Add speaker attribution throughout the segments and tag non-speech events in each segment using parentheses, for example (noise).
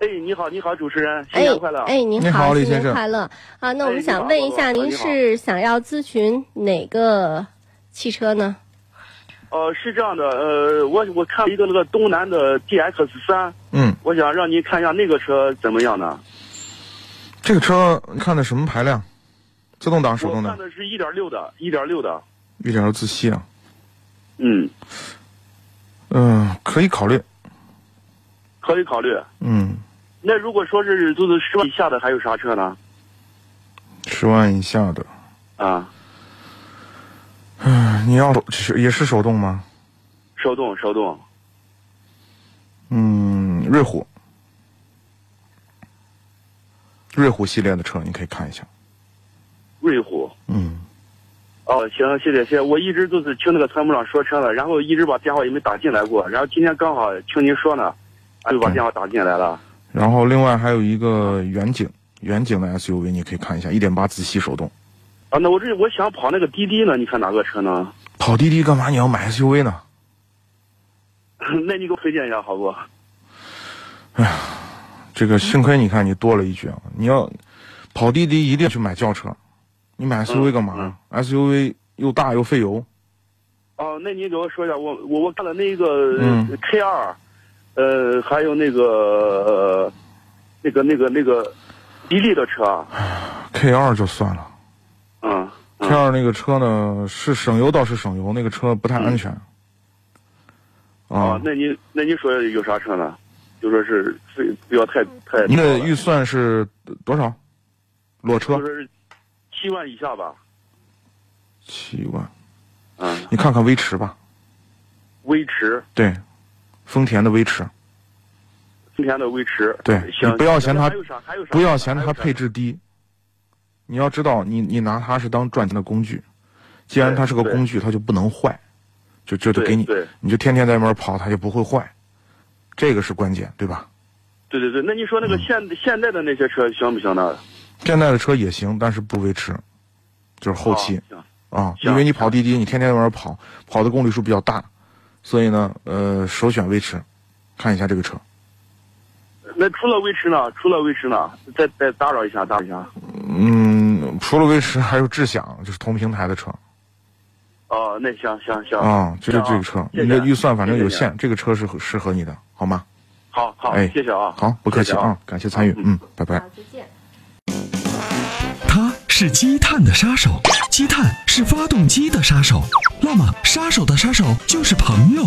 Speaker 1: 哎，你好，你好，主持人，新
Speaker 2: 哎
Speaker 1: 年快乐！
Speaker 2: 哎，您
Speaker 3: 您
Speaker 2: 好，
Speaker 3: 好李
Speaker 2: 新年
Speaker 3: 先生
Speaker 2: 快乐啊！那我们
Speaker 1: 哎
Speaker 2: 想
Speaker 1: 你好
Speaker 2: 问一下，
Speaker 1: 啊
Speaker 2: 您
Speaker 1: 你好
Speaker 2: 是想要咨询哪个汽车呢？
Speaker 1: 呃，是这样的，呃，我我看了一个那个东南的 DX 三，
Speaker 3: 嗯，
Speaker 1: 我想让您看一下那个车怎么样呢？
Speaker 3: 这个车你看的什么排量？自动挡、手
Speaker 1: 我
Speaker 3: 动
Speaker 1: 看
Speaker 3: 挡？
Speaker 1: 的是一点六的，一点六的，
Speaker 3: 一点自吸啊。
Speaker 1: 嗯，
Speaker 3: 嗯、可以考虑。
Speaker 1: 可以考虑。
Speaker 3: 嗯，
Speaker 1: 那如果说是就是十万以下的，还有啥车呢？
Speaker 3: 十万以下的，
Speaker 1: 啊，
Speaker 3: 嗯，你要是也是手动吗？
Speaker 1: 手动，手动，
Speaker 3: 嗯，瑞虎，瑞虎系列的车你可以看一下。
Speaker 1: 瑞虎。
Speaker 3: 嗯，
Speaker 1: 哦，行，谢谢谢谢。我一直都是听那个参谋长说车的，然后一直把电话也没打进来过，然后今天刚好听您说呢，啊，就把
Speaker 3: 嗯
Speaker 1: 电话打进来了。
Speaker 3: 然后另外还有一个远景，远景的 SUV 你可以看一下，一点八自吸手动。
Speaker 1: 啊，那我这我想跑那个滴滴呢，你看哪个车呢？
Speaker 3: 跑滴滴干嘛？你要买 SUV 呢？
Speaker 1: (laughs) 那你给我推荐一下好不？
Speaker 3: 这个幸亏你看你多了一句啊，你要跑滴滴一定去买轿车，你买 SUV 干嘛呀、s u v 又大又费油，
Speaker 1: 哦，那您给我说一下，我我我看了那个
Speaker 3: 嗯
Speaker 1: K 二、呃，还有那个、呃那个那个那个吉利的车，啊
Speaker 3: K 二就算了、
Speaker 1: 嗯
Speaker 3: k 二那个车呢是省油倒是省油，那个车不太安全。
Speaker 1: 啊
Speaker 3: 啊，，
Speaker 1: 哦那您那您说有啥车呢？就说是非不要太太，
Speaker 3: 你的预算是多少？裸车
Speaker 1: 就说是七万以下吧，
Speaker 3: 七万，
Speaker 1: 嗯，
Speaker 3: 你看看威驰吧，
Speaker 1: 威驰，
Speaker 3: 对，丰田的威驰，
Speaker 1: 丰田的威驰，
Speaker 3: 对
Speaker 1: 行，
Speaker 3: 你不要嫌它
Speaker 1: 还有啥还有啥？
Speaker 3: 不要嫌它配
Speaker 1: 置，
Speaker 3: 置低。你要知道，你你拿它是当赚钱的工具，既然
Speaker 1: 对
Speaker 3: 它是个
Speaker 1: 对
Speaker 3: 工具，它就不能坏，就就得
Speaker 1: 对
Speaker 3: 给你，
Speaker 1: 对
Speaker 3: 你就天天在外面跑，它就不会坏，这个是关键，对吧？
Speaker 1: 对对对，那你说
Speaker 3: 嗯
Speaker 1: 那个现、现在的那些车行不行呢？
Speaker 3: 现在的车也行，但是不维持，就是后期
Speaker 1: 啊行
Speaker 3: 啊，
Speaker 1: 行
Speaker 3: 因为你跑滴滴，你天天在外面跑，跑的公里数比较大，所以呢，呃，首选威驰，看一下这个车，
Speaker 1: 那除了威驰呢？除了威驰呢？再再打扰一下，打扰一下。
Speaker 3: 嗯，除了威驰，还有智享，就是同平台的车
Speaker 1: 哦，那行行行
Speaker 3: 啊，就是这个车，
Speaker 1: 谢谢
Speaker 3: 你的预算反正有
Speaker 1: 谢谢
Speaker 3: 限，这个车是合适合你的，好吗？
Speaker 1: 好好，
Speaker 3: 哎
Speaker 1: 谢谢啊，
Speaker 3: 好，不客气
Speaker 1: 谢谢
Speaker 3: 啊，感谢参与，嗯，拜拜。
Speaker 2: 好，再见。
Speaker 4: 它是积碳的杀手，积碳是发动机的杀手。那么，杀手的杀手就是朋友。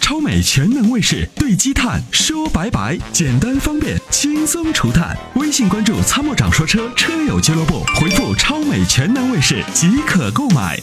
Speaker 4: 超美全能卫士对积碳说拜拜，简单方便，轻松除碳。微信关注“参谋长说车”车友俱乐部，回复“超美全能卫士”即可购买。